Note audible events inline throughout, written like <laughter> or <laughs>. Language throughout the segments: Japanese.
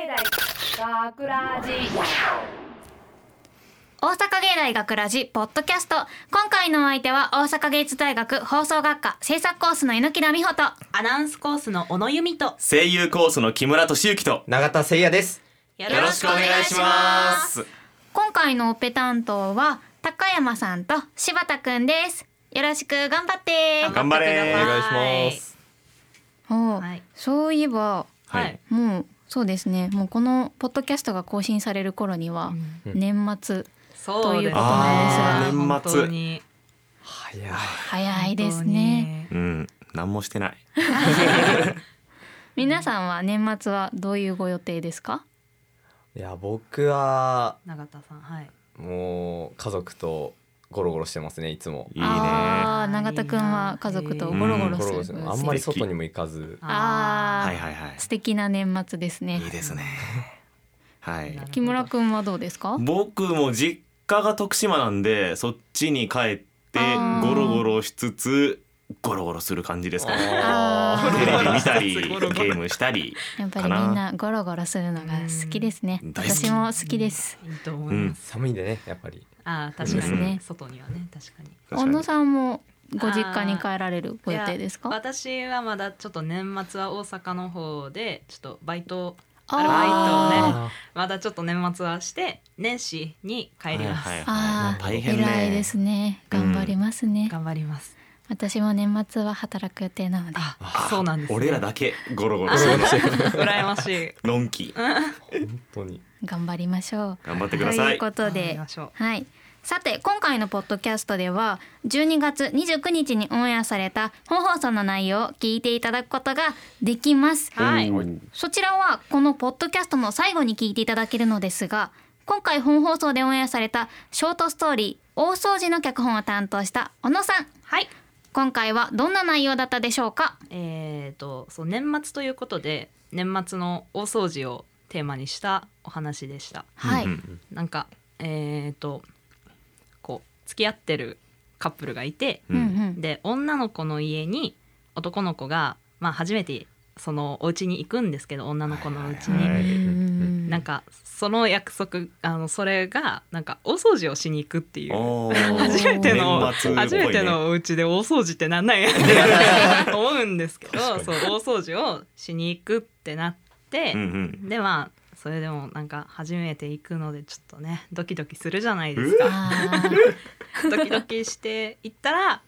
大学ラジ大阪芸大学ラジポッドキャスト今回のお相手は大阪芸術大学放送学科制作コースの榎田美穂とアナウンスコースの小野由美と声優コースの木村敏之と永田誠也です。よよろしくお願いします今回のオペ担当は高山さんと柴田くんですよろしく頑張って張頑れおお願いします。おうはいそういえばははいい、もうそうですねもうこのポッドキャストが更新される頃には年末そうですねあー年末本当に早い。早いですね本うん何もしてない皆さんは年末はどういうご予定ですかいや僕は当に永田さんはいもう家族とゴロゴロしてますねいつも。いいねはああ永田くんは家族とゴロゴロするゴロゴロしてますあんまり外にも行かず。あいーはいはい素敵な年末ですねいいですねはないるほど木村くんはどうですか僕も実家が徳島なんでそっちに帰ってあーゴロゴロしつつゴロゴロする感じですかねあテレ <laughs> ビ見たりゴゲロゴロームしたりやっぱりみんなゴロゴロするのが好きですねうん大好き私も好きですいいと思います、寒いんでねやっぱり。ああ確かそうでに、すね外にはね確かに小野さんもご実家にあー帰られるご予定ですいかや私はまだちょっと年末は大阪の方でちょっとバイトあアルバイトをねーまだちょっと年末はして年始に帰ります、はいはいあー大変ね偉いですね頑張りますね、頑張ります私も年末は働く予定なのでああそうなんです、ね、俺らだけゴロゴロすゴロるゴロしてる <laughs> 羨ましいのんき本当に。頑張りましょう頑張ってくださいということ頑張りでましょうはいさて今回のポッドキャストでは12月29日にオンエアされた本放送の内容を聞いていただくことができますはいそちらはこのポッドキャストの最後に聞いていただけるのですが今回本放送でオンエアされたショートストーリー「大掃除」の脚本を担当した小野さんはい今回はどんな内容だったでしょうかえー、とそう年末ということで年末の大掃除をテーマにしたお話でしたはい、うんなんかえー、とこう付き合ってるカップルがいてうんうんで女の子の家に男の子が、まあ、初めてそのお家に行くんですけど女の子のうちに、はいはいはいなんかその約束あのそれがなんか大掃除をしに行くっていうおー初めての、年末っぽいね初めてのお家で大掃除ってなんなんやって <laughs> 思うんですけどそう大掃除をしに行くってなって、うんうんでまあそれでもなんか初めて行くのでちょっとねドキドキするじゃないですかあードキドキして行ったら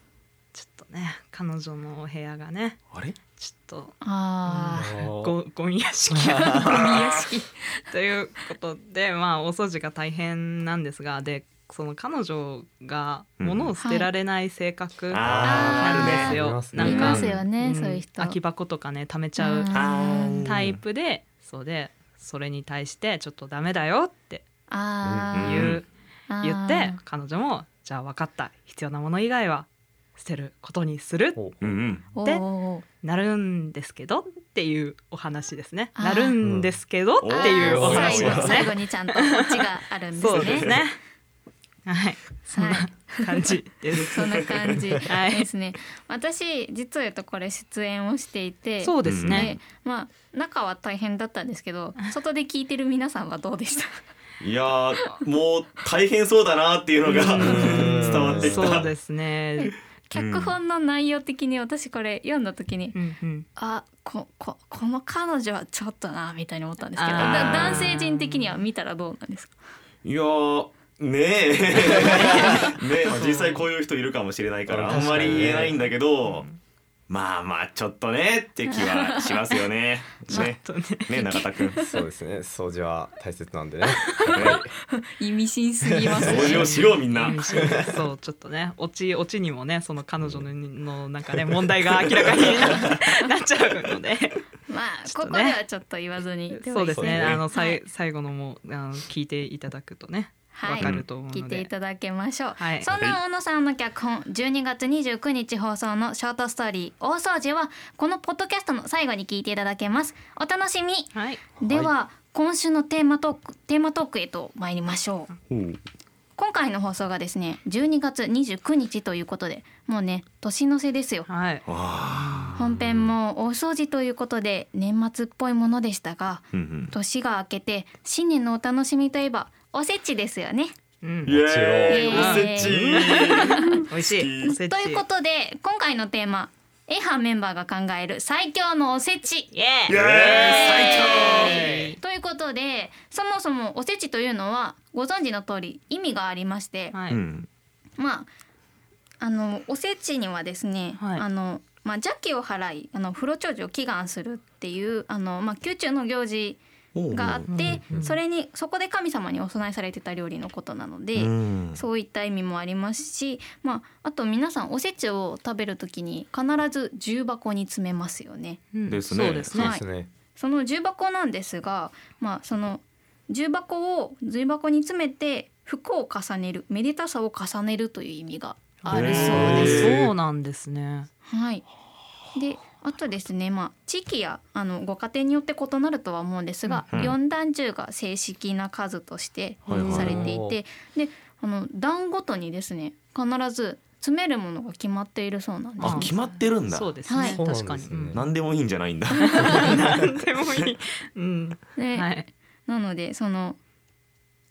ちょっとね彼女のお部屋がねあれちょっとあーごゴミ屋敷ゴミ屋敷ということでまあお掃除が大変なんですがでその彼女が物を捨てられない性格なんですよ、あーなあんりかますよね、んそういう人。空き箱とかね貯めちゃうあータイプで、そうでそれに対してちょっとダメだよってあ言ーう、あー言って彼女もじゃあ分かった必要なもの以外は捨てることにするうんうんおーおーなるんですけどっていうお話ですね。あーなるんですけどっていうお話最で後す最後ね。にちゃんとオチがあるんでそうすですね。ね。はい、そんはない感じです。そんな感じはいですね。私実は言うとこれ出演をしていて、そうですねで。まあ中は大変だったんですけど、外で聞いてる皆さんはどうでした？いやーもう大変そうだなっていうのがん伝わってきたそうですね。脚本の内容的に私これ読んだ時に、うんうん。あこここの彼女はちょっとなみたいに思ったんですけど、あだー男性陣的には見たらどうなんですか？いやーねえ <laughs> ねえ、まあ、実際こういう人いるかもしれないからあんまり言えないんだけど、まあまあちょっとねって気はしますよね。 <laughs> ちょっねとね。ね永 <laughs> 田君。そうですね掃除は大切なんでね。意味深すぎますね。掃除をしようみんな。そうちょっとね落ち落ちにもねその彼女ののなんかね問題が明らかになっちゃうので <laughs> まあ、ちょこっとねこではちょっと言わずに。そうですねそうですねあのさはいい最後のもあの聞いていただくとねはわいかると思うので、聞いていただけましょう、はいそんな小野さんの脚本12月29日放送のショートストーリー大掃除はこのポッドキャストの最後に聞いていただけますお楽しみにはいでは、今週のテーマトークテーマトークへと参りましょう今回の放送がですね12月29日ということでもうね年の瀬ですよはい。わあ本編も大掃除ということで年末っぽいものでしたがうん年が明けて新年のお楽しみといえばおせちですよね。うんうん。イ。エーイおイエーイせち美味しい。おせちということで今回のテーマエハメンバーが考える最強のおせち。イエーイエーイイということでそもそもおせちというのはご存知の通り意味がありまして、はうい。んまああのおせちにはですね、はいあのまあ邪気を払いあの不老長寿を祈願するっていうあのまあ宮中の行事があってそれにそこで神様にお供えされてた料理のことなので、うんそういった意味もありますし、まあ、あと皆さんおせちを食べるときに必ず重箱に詰めますよね。うんですねそうですそうねで。すね。その重箱なんですが、まあ、その重箱を重箱に詰めて服を重ねるめでたさを重ねるという意味があるそうでへーす。そうなんですね。はい。で、あとですね、まあ地域やあのご家庭によって異なるとは思うんですが、うんうん四段中が正式な数としてはいはいされていて、で、あの段ごとにですね、必ず詰めるものが決まっているそうなんですあね。決まってるんだそうですね。はい確かに。そうなんですねなんでもいいんじゃないんだなんでもいい。 <laughs> うん。ではい。なのでその。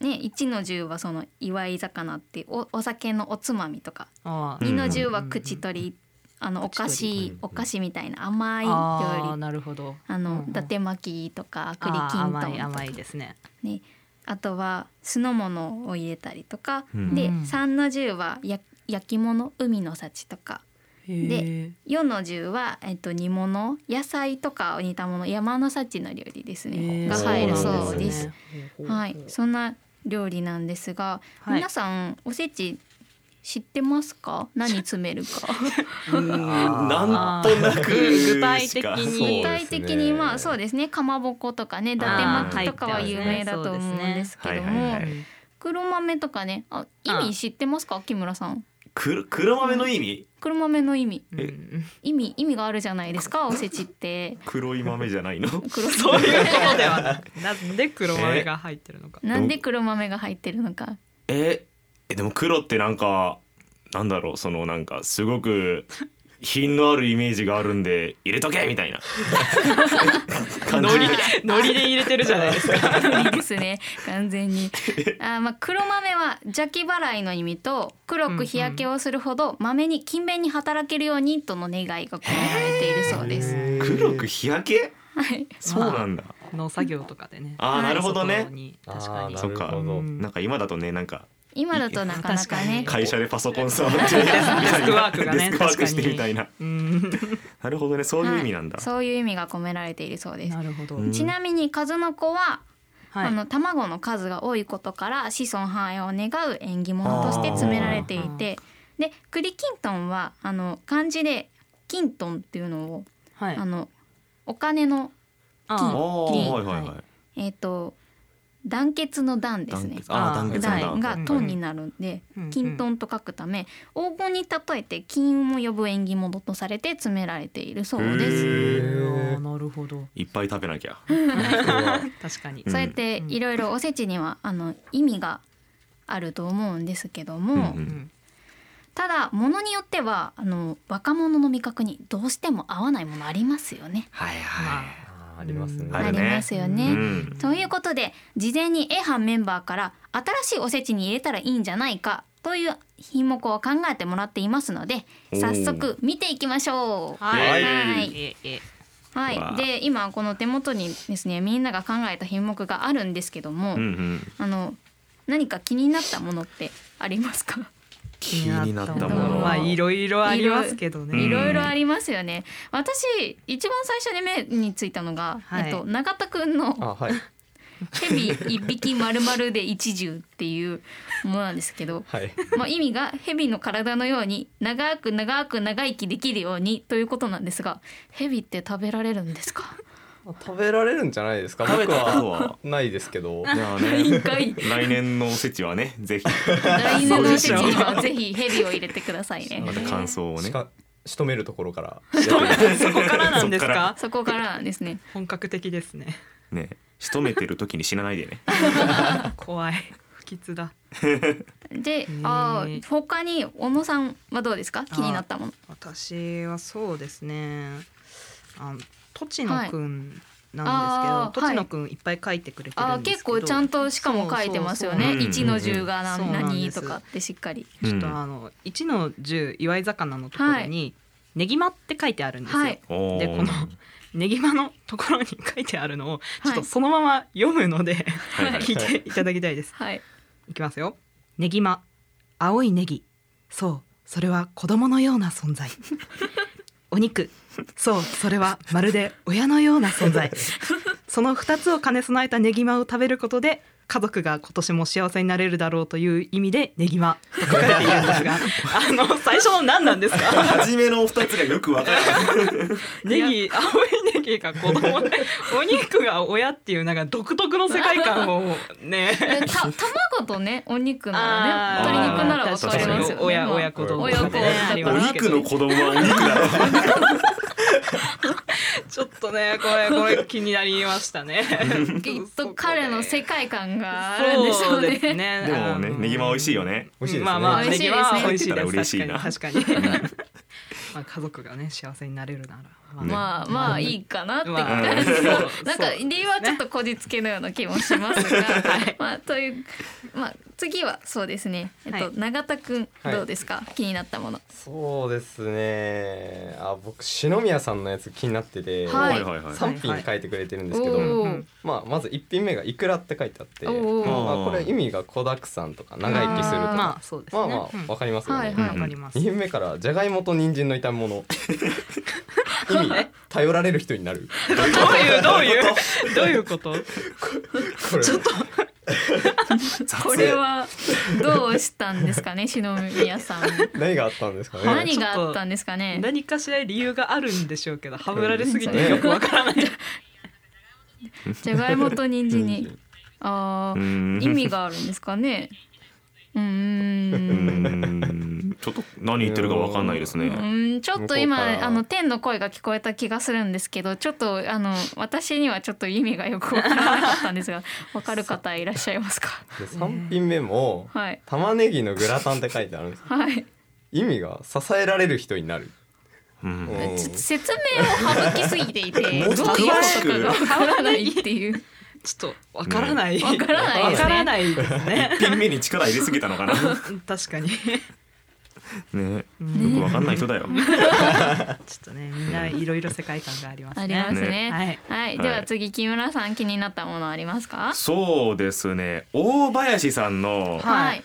ね、1の10はその祝い魚っていうおお酒のおつまみとか、あうー2んの10は口取りあのお菓子口取りお菓子みたいな甘いあ料ー理なるほど。あの、うんうん伊達巻きとか栗きんあーとんと甘いか甘いですね。ね、あとは酢の物を入れたりとか、うんでうん3の10はや焼き物海の幸とかで、 4の10は、えっと、煮物野菜とかを煮たもの山の幸の料理ですね、が入るそうです。はい、そんな料理なんですが、はい皆さんおせち知ってますか何詰め <laughs> るかなんとなく具体的しかにそう具体的にまあそうですねかまぼことかね伊達巻きとかは有名だと思うんですけどあー入ってますねそうですねはいはいもはい黒豆とかねあ意味知ってますか木村さんく黒豆の意味黒豆の意味えうん <laughs> 意味意味があるじゃないですかおせちって黒い豆じゃないの <laughs> 黒豆そういうことではなくなんで黒豆が入ってるのか。なんで黒豆が入ってるのかええでも黒ってなんかなんだろうそのなんかすごく品のあるイメージがあるんで入れとけみたいな感ノじリでノリで入れてるじゃないですか。 <laughs> いいですね完全にあー、まあ、黒豆は邪気払いの意味と黒く日焼けをするほど豆に勤勉に働けるようにとの願いが込められているそうです。黒く日焼けはい、そうなんだ農作業とかでね。あーなるほどね外に確かに。あーそっかなるほどうんなんか今だとねなんか今だとなかなかね確か会社でパソコン触ってデススクワークがねデスクワークしてみたいなうん。なるほどねそういう意味なんだ、はいそういう意味が込められているそうですな。るほど。うんち <laughs> なみに数の子は、はあい。の卵の数が多いことから子孫繁栄を願う縁起物として詰められていてで栗きんとんはあの漢字で「きんとん」っていうのを、はいあ。のお金のああーーはいはいははいえっ、と団結の団です団ね結。あーあー団結団団がトンになるんでうん金トンと書くため黄金に例えて金を呼ぶ縁起物とされて詰められているそうです。へへーーなるほど。いっぱい食べなきゃ確かに。そうやっていろいろおせちにはあの意味があると思うんですけどもうんうんただ物によってはあの若者の味覚にどうしても合わないものありますよね。はいまはあーありますね。あるねりますよね。うんということで事前に A 班メンバーから新しいおせちに入れたらいいんじゃないかという品目を考えてもらっていますのでおー早速見ていきましょう。はいははいい。ええはわい、あで今この手元にですねみんなが考えた品目があるんですけども、うんうんあの何か気になったものってありますか、気になったも気になったもののまあはいろいろありますけどうんいね。ろいろありますよね。私一番最初に目についたのが、はいえっと永田くんのあはいヘビ一匹丸々で一重っていうものなんです <laughs> けど、はい。まあ、意味がヘビの体のように長く長く長生きできるようにということなんですがヘビって食べられるんです <laughs> か <laughs> 食べられるんじゃないですか。食べ僕たことははないですけ <laughs> ど。じゃあ一ね回来年のおせち <laughs> はねぜひ来年のおせちにはぜひヘビを入れてくださいねまた感想をねしか仕留めるところから。そこからなんですか。そこからなんですね本格的ですね。 <laughs> ね仕留めてる時に死なないでね怖い。不吉だでね、あー他に小野さんはどうですか？気になったもの。私はそうですねあとちのくんなはんいですけど、とちのくんいっぱい書いてくれてあーるんで結すけど構ちゃんとしかも書いてますよそうね。そう一の十が何,、うんうんうん何そとうなかんでっすてしっかり。 <laughs> ちょっとあの1の10岩井魚のところに「ねぎま」って書いてあるんですよ。はいおーで <laughs> このねぎまのところに書いてあるのをちょっはといそのまま読むので、はいは <laughs> い聞いていただきたいです。はい。いきますよ。ねぎま、青いネギ。そう、それは子供のような存在。お肉。そう、それはまるで親のような存在。その二つを兼ね備えたねぎまを食べることで。家族が今年も幸せになれるだろうという意味でねぎまと書かれているんですがあの最初の何なんですか初めのお二つがよくわからない。ネギ青いネギが子供でお肉が親っていうなんか独特の世界観をねでた卵とねお肉なあらーね鶏肉ならわかりますよ確かね。に親まあ親子丼親子ねありおますけど肉の子供はお肉だろ。ちょっとねこれこれ気になりましたねきっと彼の世界観があるんでしょそう <laughs> うねで。すねでもね、ネギマ美味しいよねね。美味しいですねまあまあ美ネ味しいギですねは美味しい美で味しいなす確かに確かに <laughs> まあ家族がね幸せになれるならまあまあまあいいかなってまあ感じ、そう <laughs> なんか理由はちょっとこじつけのような気もしますが、まあというまあ次はそうですね。えっと、はい永田くんはいどうですか、気になったもの。そうですねあ僕篠宮さんのやつ気になってて、はいはいはい3品書いてくれてるんですけど、おうーんまあ、まず1品目が「イクラ」って書いてあって、おまおあ、これ意味が子だくさんとか長生きするとかまあそうですねまあまあわかりますよね、はいはいわかります2品目からじゃがいもと人参の炒め物意味頼られる人になるどういうどういうどういうことこれちょっと雑これはどうしたんですかね篠宮さん。何があったんですかね何があったんですかね。何かしら理由があるんでしょうけどはぶられすぎてよくわからないじゃがいもと人参人に参。あうあん意味があるんですかね。うー。うんんちょっと何言ってるかわかんないですうね。ーんちょっと向こうか今らあの天の声が聞こえた気がするんですけどちょっとあの私にはちょっと意味がよくわからなかったんですがわかる方いらっしゃいますかで3品目もはい玉ねぎのグラタンって書いてあるんですはい意味が支えられる人になるうんうんちょっと説明を省きすぎていてどういうこもっととか詳しくがわからないっていうちょっとわからない。わからないですねわからないですね。一品目に力入れすぎたのかな。確かに。ちね、んよくわかんない人だょよ。っとね、みんないろいろ世界観がありますね。 <laughs> ありますね。はいはい、はいでは次木村さん気になったものありますか？そうですね。大林さんのはい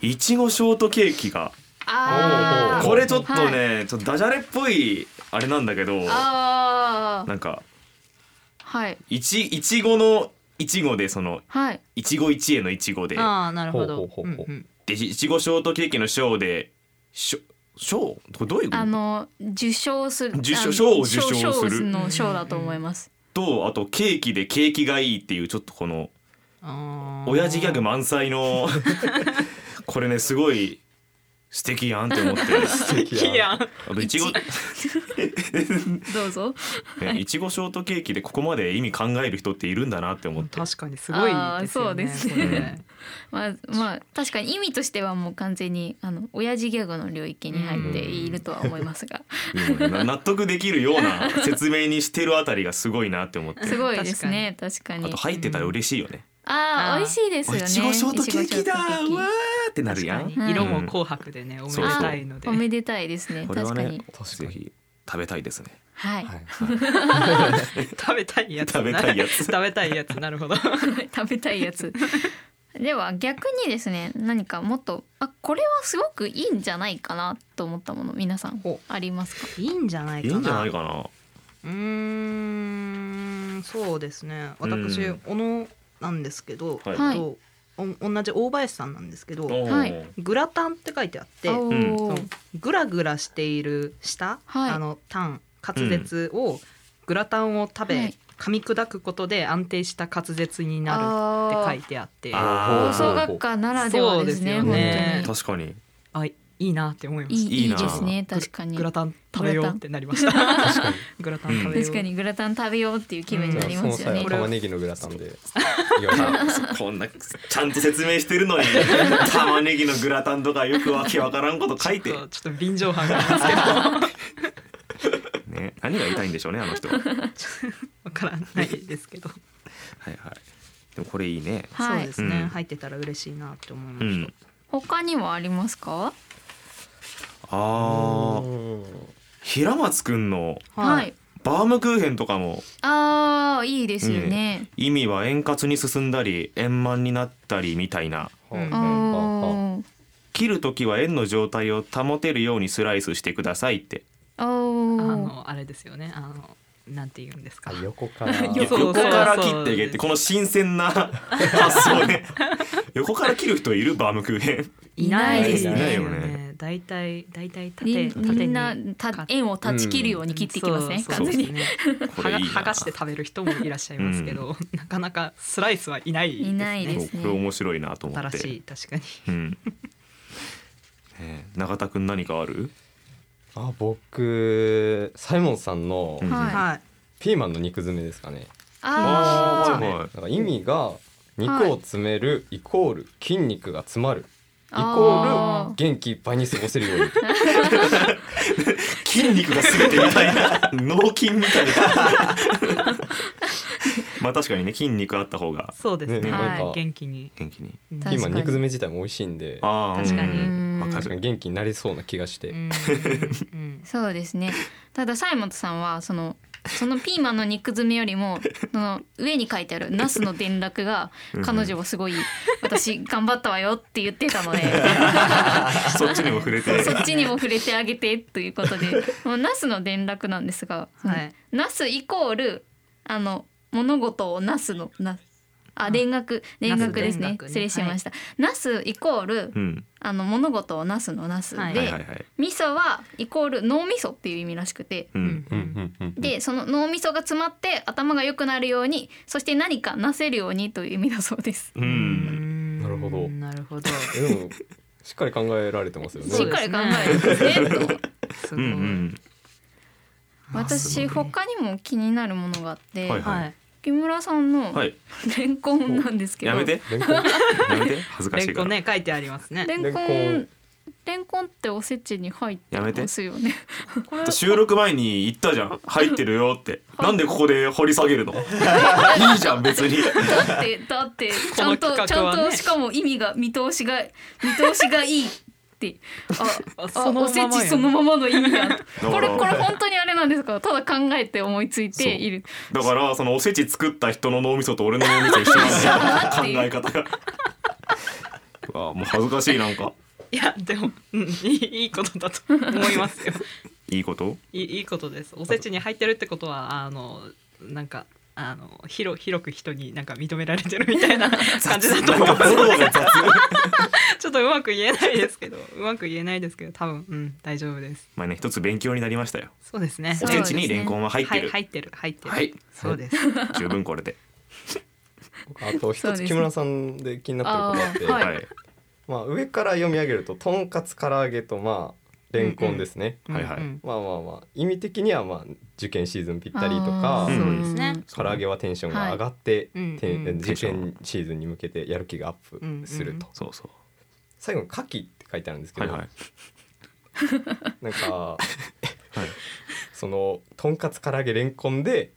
いちごショートケーキがああこれちょっとはいね、ちょっとダジャレっぽいあれなんだけど、ああなんかはいいちいちごのいちごでそのはいいちご一会のいちごで、ああ、なるほど。ほうほうほうほううんうんでいちごショートケーキのショーでショショーこれどういうこあと？の受賞する受賞あの賞を受賞賞する賞の賞だと思います。とあとケーキで景気がいいっていうちょっとこのあー親父ギャグ満載のこれねすごい素敵やんって思って素敵いやん。あといちごどうぞ。ねいちごショートケーキでここまで意味考える人っているんだなって思って <laughs> 確かにすごいあーですよね。そうですねこれ <laughs> ねまあまあ確かに意味としてはもう完全にあの親父ギャグの領域に入っているとは思いますが、うんな納得できるよ <laughs> うな説明にしてるあたりがすごいなって思ってすごいですね確かあにと。入ってたら嬉しいよねあああー美味しいですよね。いちごショートケーキだいちごショートケーーキうわーってなるやん確かに色も紅白でね、おめでたいので。おめでたいですねこれ確はかねに。確かぜにひ食べたいですねはいはい <laughs> 食べたいやつ。食べたいやつ <laughs> 食べたいやつ。なるほ <laughs> ど。食べたいやつ。では逆にですね何かもっとあこれはすごくいいんじゃないかなと思ったもの皆さんほありますかいいんじゃないいかな。いんじゃないかなうーんそうですね私、うん小野なんですけど、はいはいとお同じ大林さんなんですけどおーはいグラタンって書いてあっておーそのグラグラしている舌、はいあのタン滑舌を、グラタンを食べ、はい噛み砕くことで安定した滑舌になるって書いてあってあー放送学科ならではですねそうですよね本確かにあいいなって思いまいしいたいいいないですね確かにグラタン食べようってなりました確かにグラタン食べよう、確かにグラタン食べようっていう気分にじなゃありそまのすよ際ねは。玉ねぎのグラタンで言われたこんなちゃんと説明して <laughs> るのに玉ねぎのグラタンとかよくわけわからんこと書いてちょっ、とちょっと臨場感がありますけどね、何が言いたいんでしょうねあの <laughs> 人は。はいわからないですけど、はい。でもこれいいね。はそういで。すね、うん入ってたら嬉しいなって思いまうしん。他にはありますか？ああうん平松くんのた、はい。バームクーヘンとかもああいいですよね。意味は円滑に進んだり円満になったりみたいなうんあー切る時は円の状態を保てるようにスライスしてくださいってああーのあれですよねあのなんて言うんですかあ <laughs> 横からそうそう横から切っていけってこの新鮮な発 <laughs> 想ね横から切る人いるバームクーヘンいないですいないねよね大体大体み縦縦にみんなた円を断ち切るように切っていきますね。そう完そう全に。ですね <laughs> これはがいいな剥がして食べる人もいらっしゃいますけど、なかなかスライスはいないですねいないですそうこれ面白いなと思っ新てしい確かにうんねえ永田くん何かあるあ僕サイモンさんのうんはいはいピーマンの肉詰めですかねああーはいはいなんか意味が肉を詰めるイコール筋肉が詰まるイコーあルー元気いっぱいに過ごせるように筋肉が全てみたいな <laughs> 脳筋みたいな <laughs> まあ確かにね筋肉あった方がそうですねねなんかはい元気に、元気にうん確ピーマかンに肉詰め自体も美味しいんでああ確かにうんわか確かるに元気になりそうな気がして、うんうんそうですね。ただサイモンさんはそのそのピーマンの肉詰めよりもその上に書いてあるナスの連絡が彼女はすごい私頑張ったわよって言ってたので <laughs> そっちにも触れてそっちにも触れてあげてということでもうナスの連絡なんですが、はいナスイコールあの物事をナスのなあ連絡連絡ですねナス連絡ね失礼しました、ナスイコールうんあの物事をナスのナスで、はいはいはいはい味噌はイコール脳みそっていう意味らしくて。ううんうんんうんうんでその脳みそが詰まって頭が良くなるようにそして何かなせるようにという意味だそうです。ううんんなるほどなるほどえでもしっかり考えられてますよねしっかり考えてますねとすうんうん私他にも気になるものがあって、はいはい木村さんのはいレンコンなんですけど、やめてレンコンや <laughs> めて恥ずかしレいンかコンらね書いてありますねレンコレンコンレンコンっておせちに入ってますよね。これ収録前に言ったじゃん入ってるよってなんでここで掘り下げ <laughs> るのいいじゃん別 <laughs> にだってだってちゃんと、このち企画ゃはんねとしかも意味が見通しが見通しがいいって。あああそのままやおせちそのままの意味がらこれこれ本当にあれなんですかただ考えて思いついているだからそのおせち作った人の脳みそと俺の脳みそ一緒なんだよ考え <laughs> 方がうわもう恥ずかしいなんかいやでも、うん、いいいいことだと思いますよいいこといいいいことですおせちに入ってるってことはあのなんかあの広広く人になんか認められてるみたいな感じだと思うフォローが雑 <laughs> ちょっとうまく言えないですけどうまく言えないですけど多分うん大丈夫ですまあね一つ勉強になりましたよそうですねそおうせちにレンコンは入ってる、はい、入ってる入ってる、はいそうです十分これであと一つ木村さんで気になってることがあってはいはいまあ、上から読み上げるととんかつ唐揚げとまあレンコンですね、はいはいうんまあまあまあ意味的にはまあ受験シーズンぴっあたりとーかうんそうですね唐揚げはテンションが上がって、はいてうんうん受験シーズンに向けてやる気がアップすうると、んうんそうそ最後に「牡蠣」って書いてあるんですうはけど、いはいなんか、そのとんかつ唐揚げレンコンで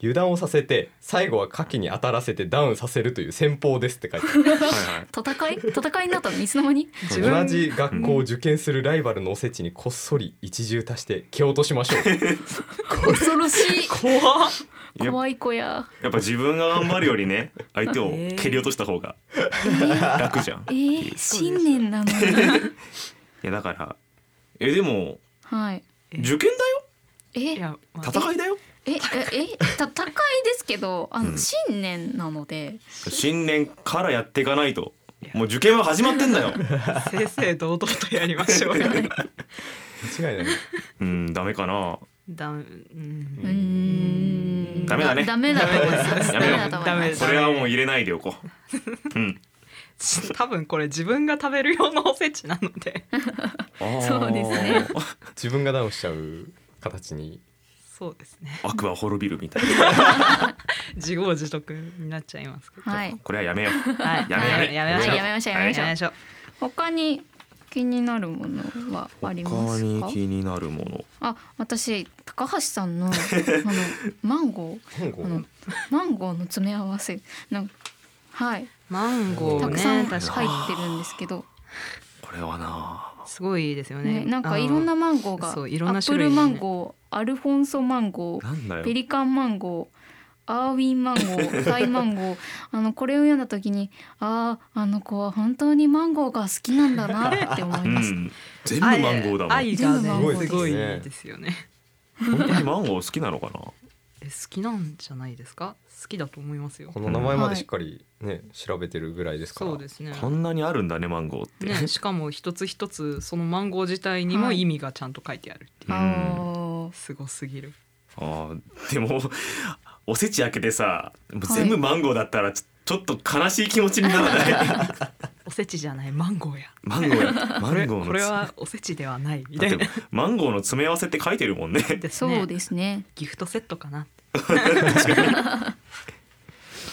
油断をさせて最後は牡蠣に当たらせてダウンさせるという戦法ですって書いてあるはいはい戦い戦いになったのいつの間に自分同じ学校を受験するライバルのおせちにこっそり一重足して蹴落としましょう恐ろしい怖っや怖い子ややっぱ自分が頑張るよ <laughs> りね相手を蹴り落とした方が <laughs> 楽じゃんえー、新年なのにいやだからえでもはい受験だよえいや、まあ、戦いだよえええ戦 <laughs> いですけどあの、うん新年なので新年からやっていかないともう受験は始まってん <laughs> だよ正々堂々とやりましょ <laughs> うよ間違いないうんダメかなだうんうーんダメだねダメだと思いますダやめメよだうと思いまダメすです <laughs> これはもう入れないでおこううん多分これ自分が食べる用のおせちなのでそうですねあー。自分がダウンしちゃう形にそうですね <laughs> 悪は滅びるみたい自業自得になっちゃいますけどはいな。これはやめよう。はいやめやめやめはまいしょうやめましょうやめましょうやめましょう他に気になるものはありますにか気になるもの。あ私高橋さ <laughs> んのあのマンゴー本郷あのマンゴーの詰め合わせなんかはいマンゴたーくさんね確か入ってるんですけど、これはな。にすごいですよねね、なんかいろんなマンゴーがあアのそういろんッなプ種ル類マンゴーアルフォンソマンゴーなんだよペ。リカンマンゴーアーウィンマンゴ <laughs> ータイマンゴーあのこれを読んだ時にあああの子は本当にマンゴーが好きなんだなって思いうます。ん。全部マンゴーだもん。愛が全部マンねゴーですすごいですよね本当にマンゴー好きなのかな。え好きなんじゃないですか好きだと思いますよこの名前までしっかりね、調べてるぐらいですからそうですねこんなにあるんだねマンゴーって。ね、しかも一つ一つそのマンゴー自体にもはい意味がちゃんと書いてあるって <laughs> いう、うんあーすごすぎるあーでもおせち開けてさ、もう全部マンゴーだったらちょちょっと悲しい気持ちにならない。 <laughs> おせちじゃないマンゴーやマンゴーやマこれンゴーのこれはおせちではないみだたいってなマンゴーの詰め合わせって書いてるもんね。 <laughs> ですねそうですね。ギフトセットかない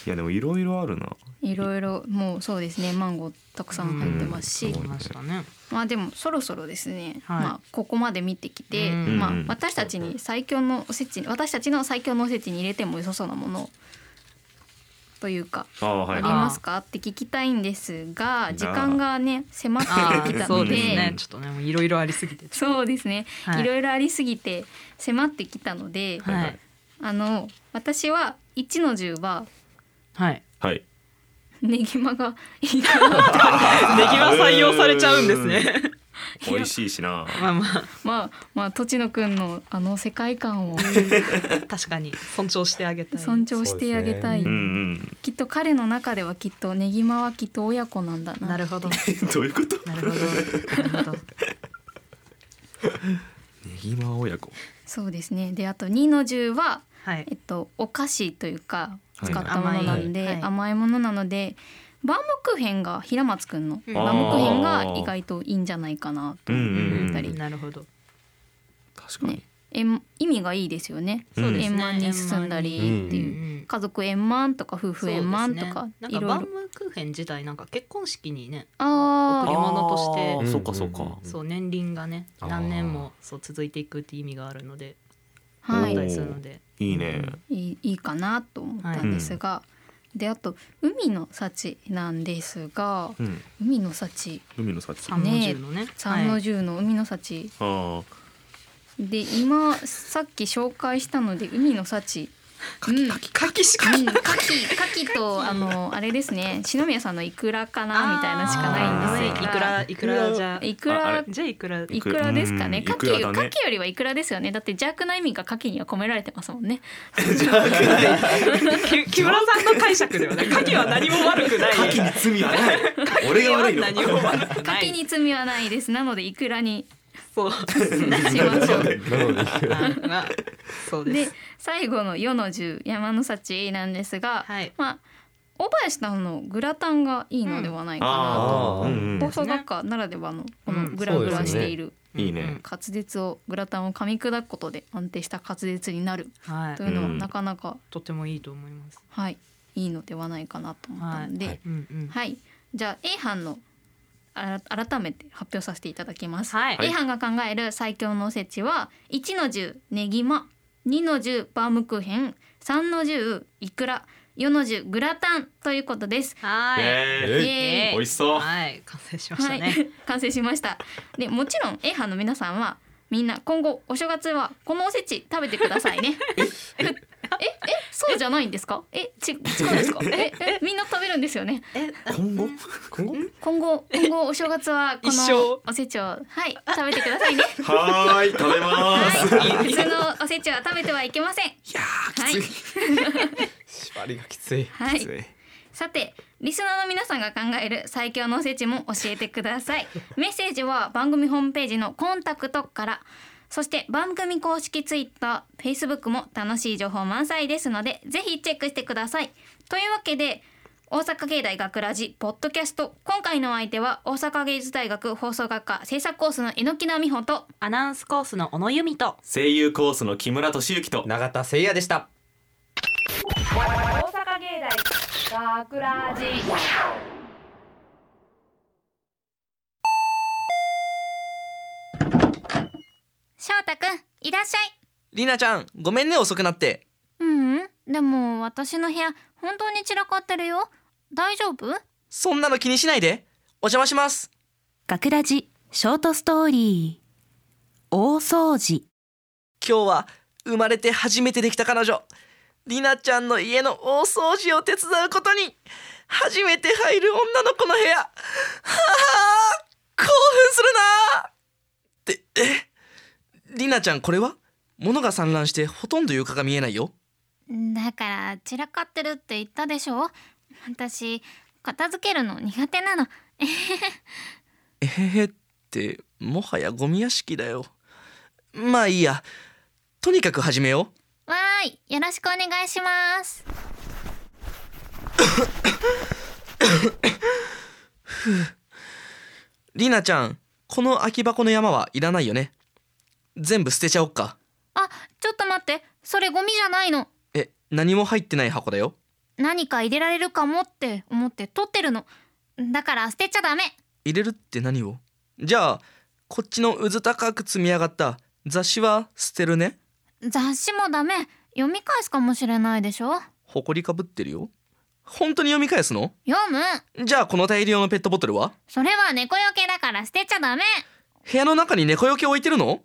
やでもいろいろあるな。いろいろもうそうですね。マンゴーたくさん入ってますし、うん思いましたねまあでもそろそろですね。はいまあここまで見てきて、うんまあ私たちに最強のおせちに私たちの最強のおせちに入れても良さそうなものというか。ああはあいりはい。ますかって聞きたいんですがあ時間がね迫ってあきーた <laughs> そのうですねでちょっとねもういろいろありすぎてそうですねはいいろいろありすぎて迫ってきたのではいはいあの私は1の10ははいはい。ネギマがいいかな <laughs> ネギは採用されちゃうんですね美味しいしな。まあまあまあまあ栃野くんのあの世界観を確かに尊重してあげたい尊重してあげたい、うんうん。 <laughs> きっと彼の中ではきっとネギマはきっと親子なんだななるほどどういうこと？なるほどなるほどネギマ親子。そうですねであと2の10ははいえっと、お菓子というかはい使ったものなんで、甘いはい甘いものなのでバームクーヘンが平松くんのうんバームクーヘンが意外といいんじゃないかなとうんうんやっうぱんり。なるほど確かにね。円意味がいいですよねそうですね円満に進んだりっていう、うん家族円満とか夫婦円満とかそうですねなんいろかいろバームクーヘン自体なんか結婚式にね贈あーり物としてあーそうかそうか。うんそう年輪がねあー何年もそう続いていくっていう意味があるのではお存ーい在するのでいいね。いいいいかなと思ったんですが、であと海の幸なんですがうん。海の幸海の幸。あ三文字のね三はのい十の海の幸、あ。で今さっき紹介したので海の幸カキカキカキしかうん、カキカキとあのあれですね篠宮さんのイクラかなみたいなしかないんですいがくらいくらじゃイクああラれじゃあいくらイクラですかうねんカキイクラだカねキよりはイクラですよねだって邪悪な意味がカキには込められてますもんねき <laughs> 木村さんの解釈ではねカキは何も悪くないカキに罪はない。俺が悪いの。何も悪くカなキ <laughs> いに罪はないですなのでイクラにそうしましょうなのでまあそうでです最後の「世の十山の幸」なんですが、はいまあ小林さんのグラタンがいいのではないかなとああ。ううんんう放ん。送学科ならではのこのうんグラグラしているいいねうん滑舌をグラタンを噛み砕くことで安定した滑舌になるはいというのはうんなかなかとてもいいと思いますはいいいのではないかなと思ったのでははいい、うんうんじゃあ A 班のあら改めて発表させていただきます、はい A 班が考える最強のおせちは1の10ねぎま2の10バームクーヘン3の10いくら4の10グラタンということですはいえイエーイえ。美味しそう。はい完成しましたはねい、 <laughs> 完成しましたでもちろん A 班の皆さんはみんな今後お正月はこのおせち食べてくださいねええそうじゃないんですかえち違うんですかええみんな食べるんですよねえ今後。今後今後今後お正月はこ一生のおせちをはい食べてくださいねはーい食べます。はい普通のおせちは食べてはいけませんはい縛りがきついはいさてリスナーの皆さんが考える最強のおせちも教えてくださいメッセージは番組ホームページのコンタクトからそして番組公式ツイッター、フェイスブックも楽しい情報満載ですのでぜひチェックしてくださいというわけで大阪芸大学ラジポッドキャスト今回のお相手は大阪芸術大学放送学科制作コースの榎木奈美穂とアナウンスコースの小野由美と声優コースの木村敏之と永田誠也でした大阪芸大学ラジ翔太くんいらっしゃいりなちゃんごめんね遅くなってううんでも私の部屋本当に散らかってるよ大丈夫そんなの気にしないでお邪魔します学ラジショートストーリー大掃除今日は生まれて初めてできた彼女りなちゃんの家の大掃除を手伝うことに初めて入る女の子の部屋はあ興奮するなってえりなちゃんこれは物が散乱してほとんど床が見えないよだから散らかってるって言ったでしょ私片付けるの苦手なのえへへってもはやゴミ屋敷だよまあいいやとにかく始めようわーいよろしくお願いしますりなちゃんこの空き箱の山はいらないよね全部捨てちゃおっかあちょっと待ってそれゴミじゃないのえ何も入ってない箱だよ何か入れられるかもって思って取ってるのだから捨てちゃダメ入れるって何をじゃあこっちのうず高く積み上がった雑誌は捨てるね雑誌もダメ読み返すかもしれないでしょほこりかぶってるよ本当に読み返すの読むじゃあこの大量のペットボトルはそれは猫よけだから捨てちゃダメ部屋の中に猫よけ置いてるの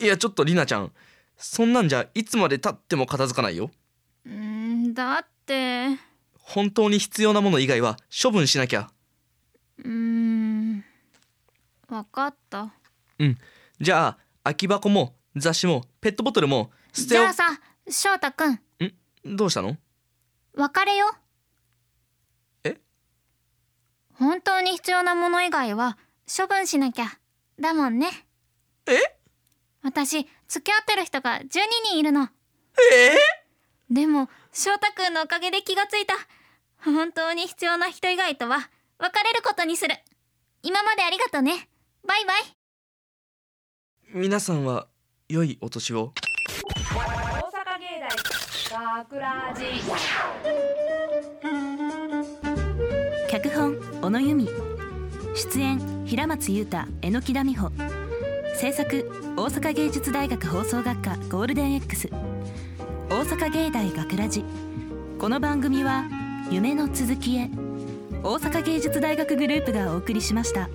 いやちょっとりなちゃんそんなんじゃいつまでたっても片付かないようーんだってう本当に必要なもの以外は処分しなきゃーんわかったじゃあ空き箱も雑誌もペットボトルも捨てじよゃあさ翔太くんどうしたの別れよえ本当に必要なもの以外は処分しなきゃだもんねえ私付き合ってる人が12人いるのえでも翔太くんのおかげで気がついた本当に必要な人以外とは別れることにする今までありがとねバイバイ皆さんは良いお年を大阪芸大学ラジ脚本小野由美出演平松優太榎木田美穂制作大阪芸術大学放送学科ゴールデン X 大阪芸大学ラジこの番組は夢の続きへ大阪芸術大学グループがお送りしました。